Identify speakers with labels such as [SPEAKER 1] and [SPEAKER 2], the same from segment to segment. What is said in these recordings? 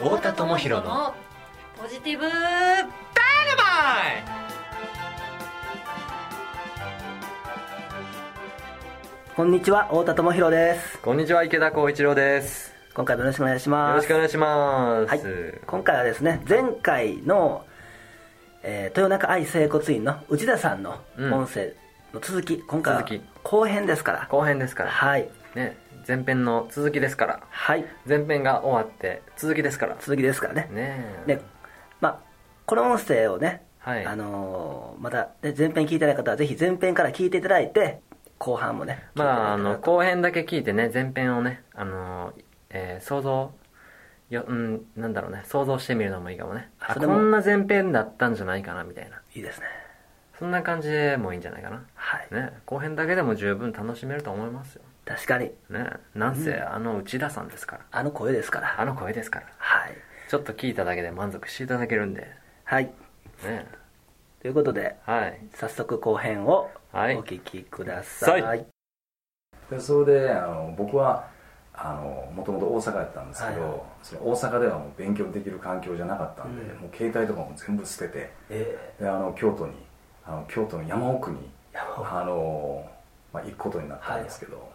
[SPEAKER 1] 太田智博の
[SPEAKER 2] ポジティブ
[SPEAKER 3] こんにちは太田智博です
[SPEAKER 1] こんにちは池田光一郎です
[SPEAKER 3] 今回もよろしくお願いし
[SPEAKER 1] よ
[SPEAKER 3] ま
[SPEAKER 1] ろ
[SPEAKER 3] す
[SPEAKER 1] しくお願いします、
[SPEAKER 3] はい今回はですね前回の、えー豊中愛整骨院の内田さんの
[SPEAKER 1] うん
[SPEAKER 3] 音声の続き、今回は
[SPEAKER 1] 続き
[SPEAKER 3] 後編ですから
[SPEAKER 1] 後編ですから
[SPEAKER 3] はい
[SPEAKER 1] ね前編の続きですから
[SPEAKER 3] はい
[SPEAKER 1] 前編が終わって続きですから
[SPEAKER 3] 続きですからね
[SPEAKER 1] ねえ
[SPEAKER 3] でまあこの音声をね、
[SPEAKER 1] はい
[SPEAKER 3] あのーまたね前編聞いてない方はぜひ前編から聞いていただいて後半もね
[SPEAKER 1] まああ
[SPEAKER 3] 聞いていただいたら
[SPEAKER 1] の後編だけ聞いてね前編をねあの、えー想像ようんなんだろうね想像してみるのもいいかもねあ
[SPEAKER 3] それも
[SPEAKER 1] こんな前編だったんじゃないかなみたいない
[SPEAKER 3] いですね
[SPEAKER 1] そんな感じでもいいんじゃないかな
[SPEAKER 3] はい
[SPEAKER 1] ね後編だけでも十分楽しめると思いますよ
[SPEAKER 3] 確かに
[SPEAKER 1] ねなんせあの内田さんですから
[SPEAKER 3] あの声ですから
[SPEAKER 1] あの声ですから
[SPEAKER 3] はい
[SPEAKER 1] ちょっと聞いただけで満足していただけるんで
[SPEAKER 3] はい
[SPEAKER 1] ね
[SPEAKER 3] ということで
[SPEAKER 1] はい
[SPEAKER 3] 早速後編をお
[SPEAKER 1] はい
[SPEAKER 3] 聞きください、
[SPEAKER 1] は
[SPEAKER 4] でそれであの僕はあのもともと大阪やったんですけど、
[SPEAKER 3] はい
[SPEAKER 4] その大阪ではもう勉強できる環境じゃなかったんで、
[SPEAKER 3] うん
[SPEAKER 4] もう携帯とかも全部捨てて
[SPEAKER 3] え
[SPEAKER 4] であの京都にあの京都の山奥に、
[SPEAKER 3] ーやば
[SPEAKER 4] あのまあ、行くことになったんですけど、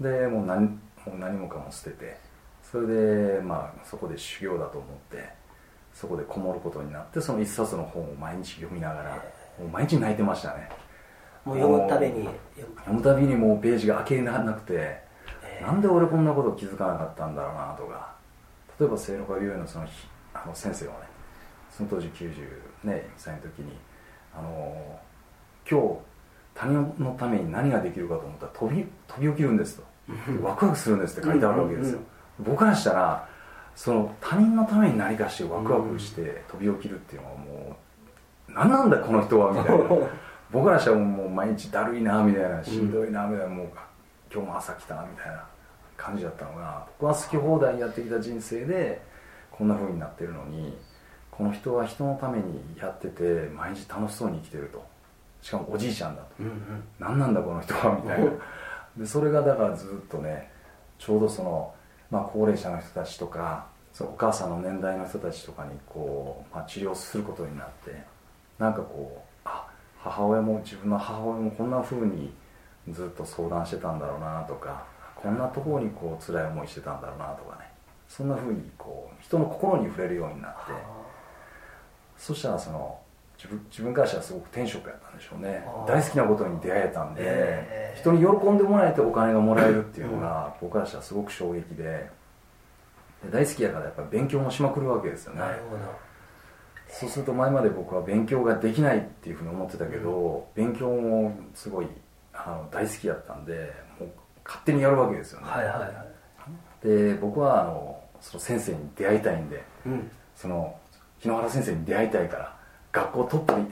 [SPEAKER 4] でもう何もう何もかも捨ててそれで、まあ、そこで修行だと思ってそこでこもることになってその一冊の本を毎日読みながら、もう毎日泣いてましたね
[SPEAKER 3] もう読むたびに
[SPEAKER 4] 読むたびにもうページが開けなくて、なんで俺こんなこと気づかなかったんだろうなとか例えば清野川病院のその日あの先生はねその当時90ね歳の時にあの今日他人のために何ができるかと思ったら飛び飛び起きるんですとワクワクするんですって書いてあるわけですよ、僕からしたらその他人のために何かしてワクワクして飛び起きるっていうのはもう何なんだこの人はみたい な僕らしたらもう毎日だるいなみたいなしんどいなみたいなもう今日も朝来たみたいな感じだったのが僕は好き放題やってきた人生でこんな風になってるのにこの人は人のためにやってて毎日楽しそうに生きてるとしかもおじいちゃんだと
[SPEAKER 3] うんうん
[SPEAKER 4] 何なんだこの人はみたいなでそれがだからずっとねちょうどその、まあ、高齢者の人たちとかそのお母さんの年代の人たちとかにこう、まあ、治療することになってなんかこうあ母親も自分の母親もこんな風にずっと相談してたんだろうなとかこんなところにこう辛い思いしてたんだろうなとかねそんな風にこう人の心に触れるようになってそしたらその自分自分からしたらすごく天職やったんでしょうね
[SPEAKER 3] あー
[SPEAKER 4] 大好きなことに出会えたんで、
[SPEAKER 3] ええ
[SPEAKER 4] 人に喜んでもらえてお金がもらえるっていうのが僕からしたらすごく衝撃でで大好きやからやっぱり勉強もしまくるわけですよね
[SPEAKER 3] なるほど
[SPEAKER 4] そうすると前まで僕は勉強ができないっていうふうに思ってたけど、勉強もすごいあの大好きだったんでもう勝手にやるわけですよね、
[SPEAKER 3] はいはいはい
[SPEAKER 4] で僕はあのその先生に出会いたいんで
[SPEAKER 3] うん
[SPEAKER 4] その日野原先生に出会いたいから学校トップに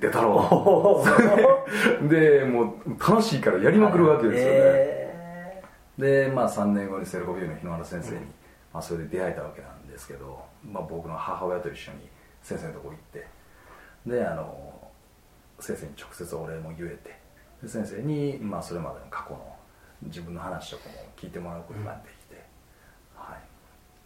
[SPEAKER 4] 出たろ うでもう楽しいからやりまくるわけですよね、
[SPEAKER 3] え
[SPEAKER 4] で、まあ、3年後にセルコビューの日野原先生に、まあ、それで出会えたわけなんですけど、まあ、僕の母親と一緒に先生のとこ行ってであの先生に直接お礼も言えてで先生に、まあ、それまでの過去の自分の話とかも聞いてもらうことができて、はい、っ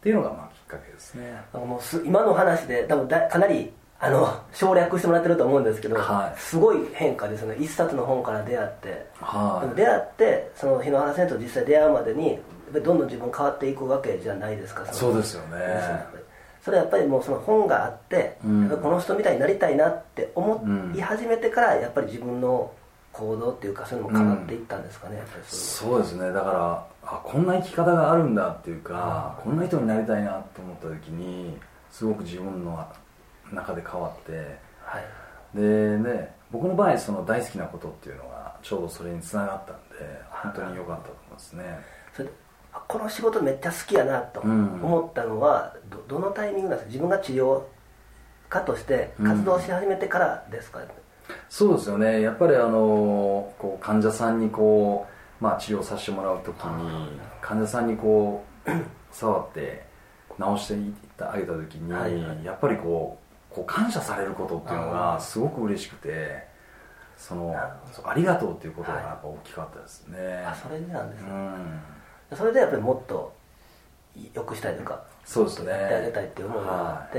[SPEAKER 4] ていうのがまあきっかけですね
[SPEAKER 3] なんかもうす今の話で多分だかなりあの省略してもらってると思うんですけど、
[SPEAKER 4] はい
[SPEAKER 3] すごい変化ですよね一冊の本から出会って、
[SPEAKER 4] はい
[SPEAKER 3] でも出会ってその日野原先生と実際出会うまでにやっぱりどんどん自分変わっていくわけじゃないですか
[SPEAKER 4] そう
[SPEAKER 3] の
[SPEAKER 4] ですよね
[SPEAKER 3] やっぱりそれはやっぱりもうその本があって、
[SPEAKER 4] うん
[SPEAKER 3] やっぱりこの人みたいになりたいなって思い始めてから、やっぱり自分の行動っていうかそういうのも変わっていったんですかね、やっぱりそ
[SPEAKER 4] そうですねだからあこんな生き方があるんだっていうか、こんな人になりたいなと思った時にすごく自分の中で変わって
[SPEAKER 3] ういう
[SPEAKER 4] でね僕の場合その大好きなことっていうのがちょうどそれにつながったんで本当に良かったと思いますね
[SPEAKER 3] それであこの仕事めっちゃ好きやなと
[SPEAKER 4] うん
[SPEAKER 3] 思ったのは、どどのタイミングなんですか自分が治療家として活動し始めてからですか、
[SPEAKER 4] そうですよねやっぱりあのこう患者さんにこう、まあ、治療させてもらう時に患者さんにこう 触って治していってあげた時に、
[SPEAKER 3] はいは
[SPEAKER 4] やっぱりこうこう感謝されることっていうの
[SPEAKER 3] あー
[SPEAKER 4] がすごく嬉しくてその
[SPEAKER 3] なるほど
[SPEAKER 4] そうありがとうっていうことがやっぱ大きかったですね、
[SPEAKER 3] あそれでなんですね、
[SPEAKER 4] うん
[SPEAKER 3] それでやっぱりもっと良くしたいというか
[SPEAKER 4] そうですね
[SPEAKER 3] やってあげたいっていう思いがあって、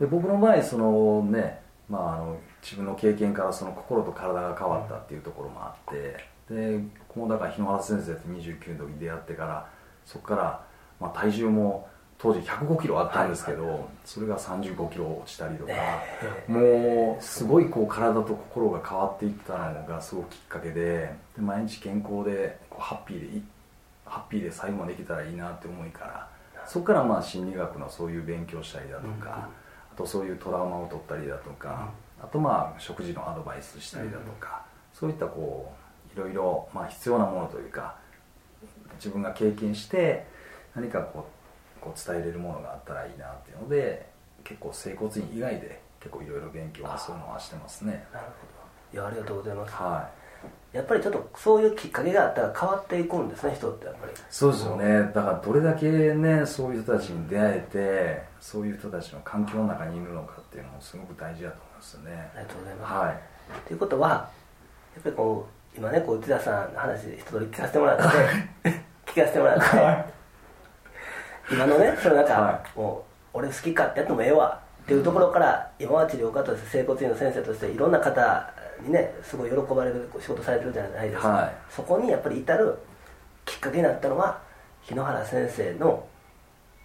[SPEAKER 4] で僕の場合そのね、まあ、あの自分の経験からその心と体が変わったっていうところもあって、でこのだから日野原先生って29の時に出会ってからそこから、まあ、体重も当時105キロあったんですけど、それが35キロ落ちたりとか、もうすごいこう体と心が変わっていったのがすごくきっかけでで毎日健康でこうハッピーでいハッピーで最後までいけたらいいなって思いからそこからまあ心理学のそういう勉強したりだとか、あとそういうトラウマを取ったりだとか、あとまあ食事のアドバイスしたりだとか、そういったこういろいろまあ必要なものというか自分が経験して何かこうこう伝えれるものがあったらいいなっていうので結構整骨院以外で結構いろいろ勉強はそういうのはしてますね
[SPEAKER 3] なるほどいやありがとうございます、
[SPEAKER 4] はい
[SPEAKER 3] やっぱりちょっとそういうきっかけがあったら変わっていくんですね人ってやっぱり
[SPEAKER 4] そうですよねだからどれだけねそういう人たちに出会えてそういう人たちの環境の中にいるのかっていうのもすごく大事だと思いますよね
[SPEAKER 3] ありがとうございます、
[SPEAKER 4] はい
[SPEAKER 3] ということはやっぱりこう今ねこう内田さんの話一通り聞かせてもらって聞かせてもらって、今のねそのなんか、
[SPEAKER 4] は
[SPEAKER 3] もう俺好きかってやってもええわっていうところから、今は治療家として整骨院の先生としていろんな方にねすごい喜ばれる仕事されてるじゃないですか、
[SPEAKER 4] はい
[SPEAKER 3] そこにやっぱり至るきっかけになったのは日野原先生の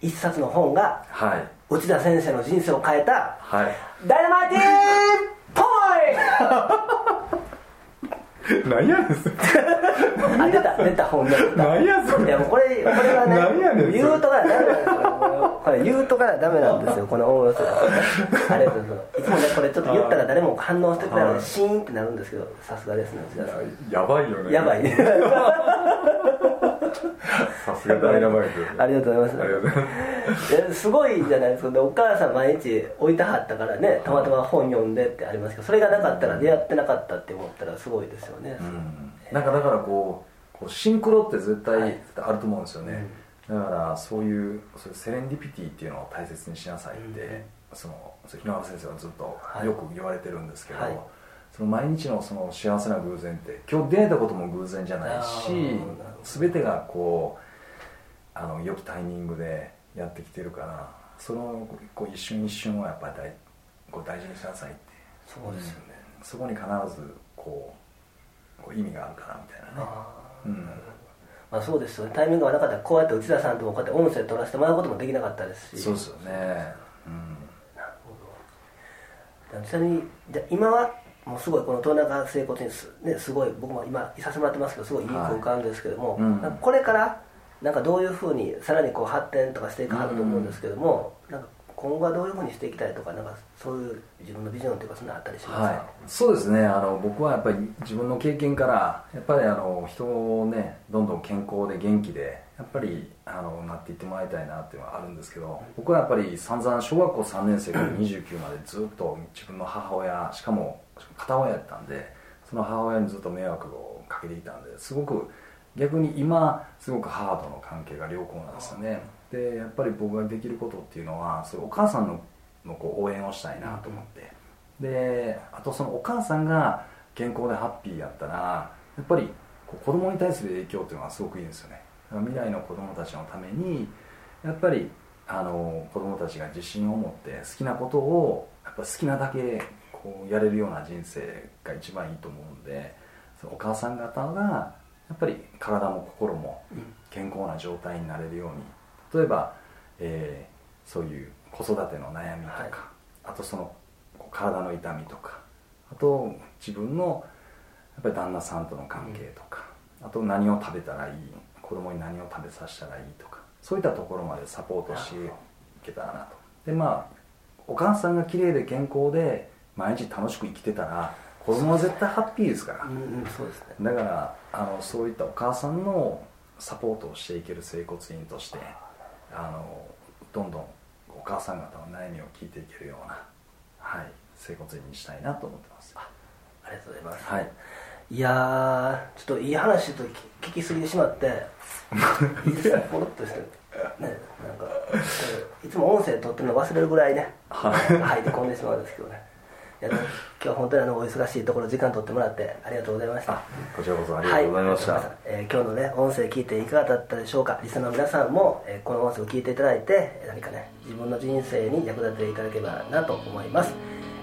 [SPEAKER 3] 一冊の本が
[SPEAKER 4] はい
[SPEAKER 3] 内田先生の人生を変えた
[SPEAKER 4] は
[SPEAKER 3] ダイナマイティポイント
[SPEAKER 4] い何やねんそれ
[SPEAKER 3] あ出た出た本音出た
[SPEAKER 4] 何やそれ
[SPEAKER 3] いやもうこれこれはね
[SPEAKER 4] 何やねんそれ
[SPEAKER 3] 言うとからダメなんですよこれ言うとからダメなんですよこの音楽がありがとうございますいつもねこれちょっと言ったら誰も反応してくれないの
[SPEAKER 4] はい
[SPEAKER 3] でシーンってなるんですけどさすがですね内田さ
[SPEAKER 4] やばいよ
[SPEAKER 3] ん
[SPEAKER 4] ね
[SPEAKER 3] やばいね
[SPEAKER 4] さすがダイナマイト
[SPEAKER 3] ありがとうござい
[SPEAKER 4] ありがとう
[SPEAKER 3] ま
[SPEAKER 4] ございます
[SPEAKER 3] いやすごいじゃないですかでお母さん毎日置いてはったからねたまたま本読んでってありますけどそれがなかったら出会ってなかったって思ったらすごいですよね、
[SPEAKER 4] なんかだからこうこうシンクロって絶対あると思うんですよね、だからそういうそういうセレンディピティっていうのを大切にしなさいって、そのその日野原先生はずっ
[SPEAKER 3] は
[SPEAKER 4] と
[SPEAKER 3] い
[SPEAKER 4] よく言われてるんですけど、
[SPEAKER 3] はい
[SPEAKER 4] その毎日のその幸せな偶然って今日出会えたことも偶然じゃない
[SPEAKER 3] あーなるほ
[SPEAKER 4] し全てがこうあの良きタイミングでやってきてるからそのこう一瞬一瞬をやっぱり大こう大事にしなさいって
[SPEAKER 3] そうですよね、
[SPEAKER 4] そこに必ずこうこう意味があるからみたいなね
[SPEAKER 3] あー
[SPEAKER 4] うん
[SPEAKER 3] まあ、そうですよねタイミングがなかったらこうやって内田さんともこうやって音声取らせてもらうこともできなかったですし
[SPEAKER 4] そうですよねうん
[SPEAKER 3] なるほどちなみにじゃあ今はもうすごいこの東中整骨にす,、ね、すごい僕も今いさせてもらってますけどすごいいい
[SPEAKER 4] はい
[SPEAKER 3] 空間ですけども、
[SPEAKER 4] うん
[SPEAKER 3] なんかこれからなんかどういうふうにさらにこう発展とかしていくはずと思うんですけども、なんか今後はどういうふうにしていきたいとかなんかそういう自分のビジョンというかそんなのあったりしますか、
[SPEAKER 4] はい、そうですねあの僕はやっぱり自分の経験からやっぱりあの人をねどんどん健康で元気でやっぱりあのなっていってもらいたいなっていうのはあるんですけど僕はやっぱり散々小学校3年生から29までずっと自分の母親しかも片親やったんでその母親にずっと迷惑をかけていたんですごく逆に今すごく母との関係が良好なんですよねでやっぱり僕ができることっていうのはそういうお母さんののこう応援をしたいなと思って。であとそのお母さんが健康でハッピーやったらやっぱりこう子供に対する影響っていうのはすごくいいんですよねだから未来の子供たちのためにやっぱりあの子供たちが自信を持って好きなことをやっぱ好きなだけこうやれるような人生が一番いいと思うんでそのお母さん方がやっぱり体も心も健康な状態になれるように例えば、えーそういう子育ての悩みとか、
[SPEAKER 3] はい
[SPEAKER 4] あとそのこう体の痛みとかあと自分のやっぱり旦那さんとの関係とか、あと何を食べたらいい子供に何を食べさせたらいいとかそういったところまでサポートしていけたらなとでまあお母さんが綺麗で健康で毎日楽しく生きてたら子供は絶対ハッピーですから、
[SPEAKER 3] うんうんそうですね
[SPEAKER 4] だからあのそういったお母さんのサポートをしていける整骨院としてあのどんどんお母さん方の悩みを聞いていけるような、はい、整骨院にしたいなと思ってます
[SPEAKER 3] ありがとうございます、
[SPEAKER 4] はい
[SPEAKER 3] いやーちょっといい話と聞き聞きすぎてしまっていいですねポロッとしてねなんかいつも音声撮ってるの忘れるぐらいね
[SPEAKER 4] は
[SPEAKER 3] 入り込んでしまうんですけどねあの今日は本当にあのお忙しいところ時間取ってもらってありがとうございました
[SPEAKER 4] あこちらこそありがとうございました、
[SPEAKER 3] はえー今日のね音声聞いていかがだったでしょうかリスナーの皆さんも、えーこの音声を聞いていただいて何かね自分の人生に役立てていただければなと思います、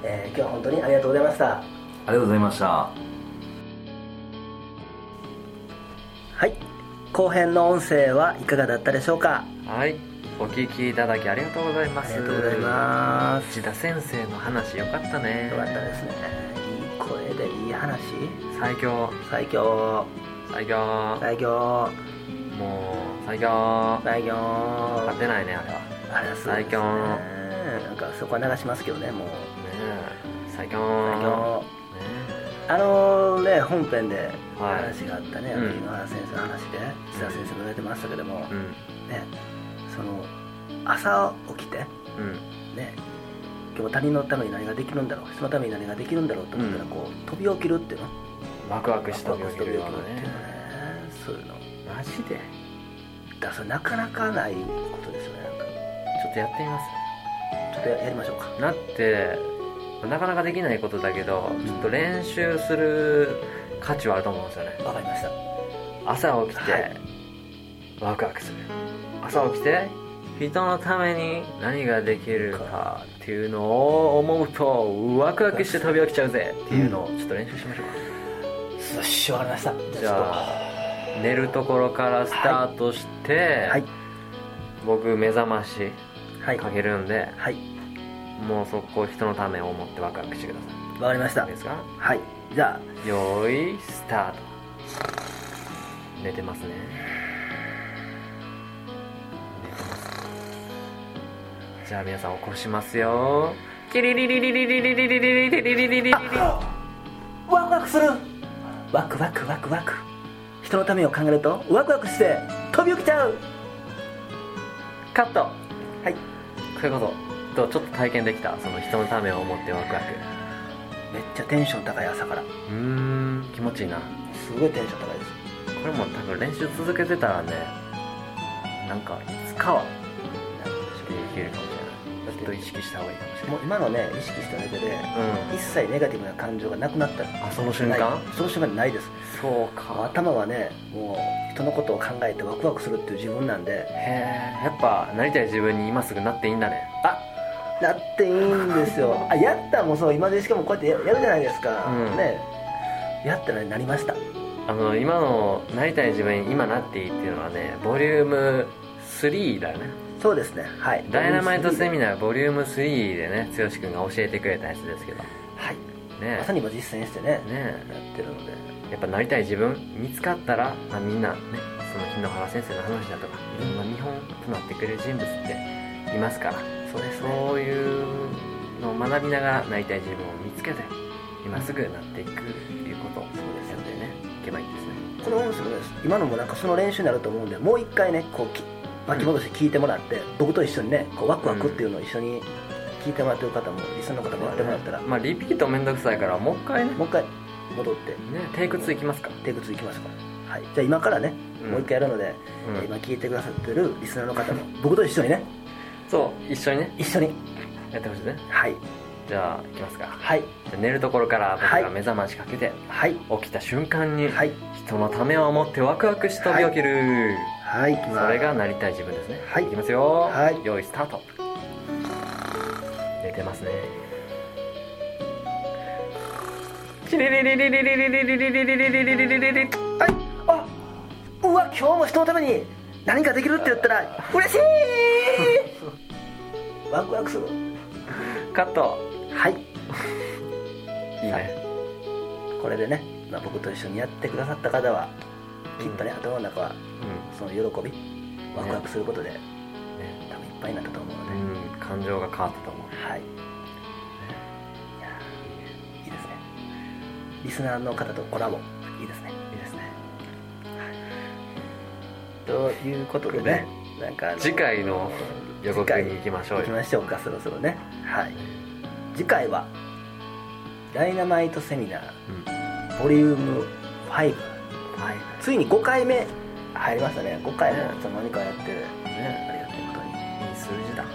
[SPEAKER 3] えー今日は本当にありがとうございました
[SPEAKER 4] ありがとうございました
[SPEAKER 3] はい後編の音声はいかがだったでしょうか
[SPEAKER 1] はいお聞きいただきありがとうございま
[SPEAKER 3] あ
[SPEAKER 1] す
[SPEAKER 3] りがとうございます
[SPEAKER 1] 内田先生の話よかったね
[SPEAKER 3] よかったですねいい声でいい話
[SPEAKER 1] 最強
[SPEAKER 3] 最強
[SPEAKER 1] 最強
[SPEAKER 3] 最強
[SPEAKER 1] もう最強
[SPEAKER 3] 最強
[SPEAKER 1] 勝てないねあれはね
[SPEAKER 3] あれはすごいですね
[SPEAKER 1] 最強
[SPEAKER 3] なんかそこは流しますけどねもう
[SPEAKER 1] え最強
[SPEAKER 3] 最強
[SPEAKER 1] ねえ
[SPEAKER 3] あのね本編で
[SPEAKER 1] はい
[SPEAKER 3] 話があったね、
[SPEAKER 1] うん
[SPEAKER 3] 秋野原先生の話で千田先生も言われてましたけども、
[SPEAKER 1] う
[SPEAKER 3] ね
[SPEAKER 1] ん
[SPEAKER 3] その朝起きて
[SPEAKER 1] うん
[SPEAKER 3] ね今日他人のために何ができるんだろう人のために何ができるんだろうと思ったら、
[SPEAKER 1] うん
[SPEAKER 3] こう飛び起きるっていうの
[SPEAKER 1] ワクワクした
[SPEAKER 3] ワクワク
[SPEAKER 1] 病
[SPEAKER 3] し
[SPEAKER 1] 気
[SPEAKER 3] て
[SPEAKER 1] る
[SPEAKER 3] 飛び
[SPEAKER 1] よう
[SPEAKER 3] 起きる
[SPEAKER 1] な
[SPEAKER 3] っていうのね
[SPEAKER 1] ね
[SPEAKER 3] そういうの
[SPEAKER 1] マジで
[SPEAKER 3] だからそれなかなかないことですよねなんか
[SPEAKER 1] ちょっとやってみます
[SPEAKER 3] ちょっとややりましょうか
[SPEAKER 1] なってなかなかできないことだけどちょっと練習する価値はあると思うんですよね
[SPEAKER 3] わかりました
[SPEAKER 1] 朝起きて、
[SPEAKER 3] はい
[SPEAKER 1] ワクワクする朝起きて人のために何ができるかっていうのを思うとワクワクして飛び起きちゃうぜっていうのをちょっと練習しましょうか、
[SPEAKER 3] よしわかりました
[SPEAKER 1] じゃあ寝るところからスタートして、
[SPEAKER 3] はい
[SPEAKER 1] 僕目覚まし
[SPEAKER 3] はい
[SPEAKER 1] かけるんで
[SPEAKER 3] はい
[SPEAKER 1] もうそこ人のためを思ってワクワクしてくだ
[SPEAKER 3] わかりまし
[SPEAKER 1] さ
[SPEAKER 3] た
[SPEAKER 1] いいいですか
[SPEAKER 3] はいじゃあ
[SPEAKER 1] よーいスタート寝てますね寝てますじゃあ皆さん起こしますよキリリリリリリリリリリリリリリリリリ
[SPEAKER 3] ワクワクするワクワクワクワク人のためを考えるとワクワクして飛び起きちゃう
[SPEAKER 1] カット
[SPEAKER 3] はい
[SPEAKER 1] そういうこととちょっと体験できたその人のためを思ってワクワク
[SPEAKER 3] めっちゃテンション高い朝から
[SPEAKER 1] うーん気持ちいいな
[SPEAKER 3] すごいテンション高いです
[SPEAKER 1] これも多分練習続けてたらねなんかいつかはできるかもしれないちょっと意識した方がいいかもしれ
[SPEAKER 3] もう今のね意識した上で
[SPEAKER 1] ないうん
[SPEAKER 3] 一切ネガティブな感情がなくなった
[SPEAKER 1] あその瞬間
[SPEAKER 3] ないその瞬間にないです
[SPEAKER 1] そう
[SPEAKER 3] もう頭はねもう人のことを考えてワクワクするっていう自分なんで
[SPEAKER 1] へえやっぱなりたい自分に今すぐなっていいんだね
[SPEAKER 3] あなっていいんです よあやったもそう今でしかもこうやってややるじゃないですか、
[SPEAKER 1] うん
[SPEAKER 3] ねやったらなりました
[SPEAKER 1] あの今のなりたい自分に今なっていいっていうのはねボリューム3だよね
[SPEAKER 3] そうですねはい
[SPEAKER 1] 「ダイナマイトセミ
[SPEAKER 3] ナ
[SPEAKER 1] ナーボリューム3でね剛君が教えてくれたやつですけどね
[SPEAKER 3] ーはいまさ
[SPEAKER 1] え
[SPEAKER 3] に今実践してね
[SPEAKER 1] ね
[SPEAKER 3] やってるので
[SPEAKER 1] えやっぱなりたい自分見つかったら、まあ、みんなねその日野原先生の話だとかいろんな見本となってくれる人物っていますから
[SPEAKER 3] そうですね
[SPEAKER 1] そういうのを学びながらなりたい自分を見つけて今すぐなっていくっていうことをや
[SPEAKER 3] そうですよ
[SPEAKER 1] ってね
[SPEAKER 3] ね
[SPEAKER 1] いけばいいんですね
[SPEAKER 3] この音声もね今のもなんかその練習になると思うんでもう一回ねこうき巻き戻して聞いてもらって、僕と一緒にねこうワクワクっていうのを一緒に聞いてもらってる方もリスナーの方もやってもらったら、
[SPEAKER 1] まあリピートめんどくさいからもう一回ね
[SPEAKER 3] もう一回戻って
[SPEAKER 1] ねテイク2いきますか、
[SPEAKER 3] テイク2いきましょうかはいじゃあ今からね、
[SPEAKER 1] うん
[SPEAKER 3] もう一回やるので、
[SPEAKER 1] うん
[SPEAKER 3] 今聞いてくださってるリスナーの方も僕と一緒にね
[SPEAKER 1] そう一緒にね
[SPEAKER 3] 一緒に
[SPEAKER 1] やってほしいね
[SPEAKER 3] はい
[SPEAKER 1] じゃあいきますか
[SPEAKER 3] はい
[SPEAKER 1] じゃあ寝るところから僕
[SPEAKER 3] はい
[SPEAKER 1] が目覚ましかけて、
[SPEAKER 3] はい
[SPEAKER 1] 起きた瞬間に
[SPEAKER 3] はい
[SPEAKER 1] 人のためを思ってワクワクし飛び起きる、
[SPEAKER 3] はいいきます
[SPEAKER 1] それがなりたい自分ですね
[SPEAKER 3] はい
[SPEAKER 1] いきますよ、
[SPEAKER 3] はい
[SPEAKER 1] 用意スタート寝てますねチリリリリリリリリリリリリリリリリリリ
[SPEAKER 3] はいあうわ今日も人のために何かできるって言ったら嬉しい ワクワクする
[SPEAKER 1] カット
[SPEAKER 3] はい
[SPEAKER 1] いいね
[SPEAKER 3] これでね、まあ、僕と一緒にやってくださった方はきっとね、頭の中はその喜びワクワクすることで、
[SPEAKER 1] うんね
[SPEAKER 3] 多分いっぱいになったと思うので、
[SPEAKER 1] うん感情が変わったと思う
[SPEAKER 3] はいいやーいいですねリスナーの方とコラボいいですね
[SPEAKER 1] いいですね
[SPEAKER 3] ということでねなんかあの
[SPEAKER 1] 次回の予告に行きましょう
[SPEAKER 3] 行
[SPEAKER 1] よ
[SPEAKER 3] きましょうかそろそろねはい次回は「ダイナマイトセミナー
[SPEAKER 1] うん
[SPEAKER 3] ボリューム5
[SPEAKER 1] はい
[SPEAKER 3] ついに5回目入りましたね5回も
[SPEAKER 1] ね
[SPEAKER 3] その何かやって
[SPEAKER 1] ね
[SPEAKER 3] ありがたいことに
[SPEAKER 1] いい数字だ
[SPEAKER 3] ね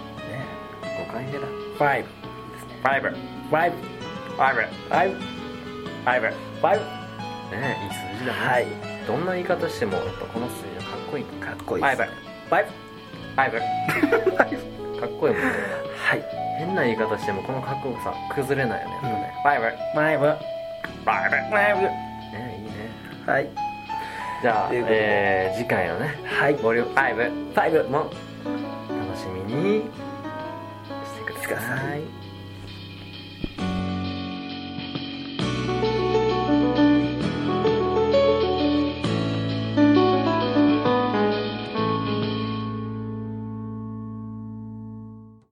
[SPEAKER 1] 5回目だ
[SPEAKER 3] 5ですね
[SPEAKER 1] 5
[SPEAKER 3] 5
[SPEAKER 1] ァイブ
[SPEAKER 3] はい
[SPEAKER 1] ファイ
[SPEAKER 3] はい
[SPEAKER 1] ブねいい数字だね、
[SPEAKER 3] はい
[SPEAKER 1] どんな言い方してもやっぱこの数字はかっこいい
[SPEAKER 3] かっこいい
[SPEAKER 1] ファ
[SPEAKER 3] で
[SPEAKER 1] イ
[SPEAKER 3] す
[SPEAKER 1] ブ
[SPEAKER 3] ファイブ
[SPEAKER 1] ファイ ブかっこいいもんね
[SPEAKER 3] はい
[SPEAKER 1] 変な言い方してもこのかっこよさ崩れないよねやっぱね、ファイブ
[SPEAKER 3] ファイ
[SPEAKER 1] フ
[SPEAKER 3] ブ
[SPEAKER 1] ァイブ
[SPEAKER 3] ファイ
[SPEAKER 1] ねいいね
[SPEAKER 3] ブはい
[SPEAKER 1] じゃあ
[SPEAKER 3] ということで
[SPEAKER 1] えー、次回のね
[SPEAKER 3] はい
[SPEAKER 1] ボリューム5
[SPEAKER 3] ファイブ
[SPEAKER 1] も楽しみにしてく
[SPEAKER 3] くだ
[SPEAKER 1] ださ
[SPEAKER 3] さ
[SPEAKER 1] い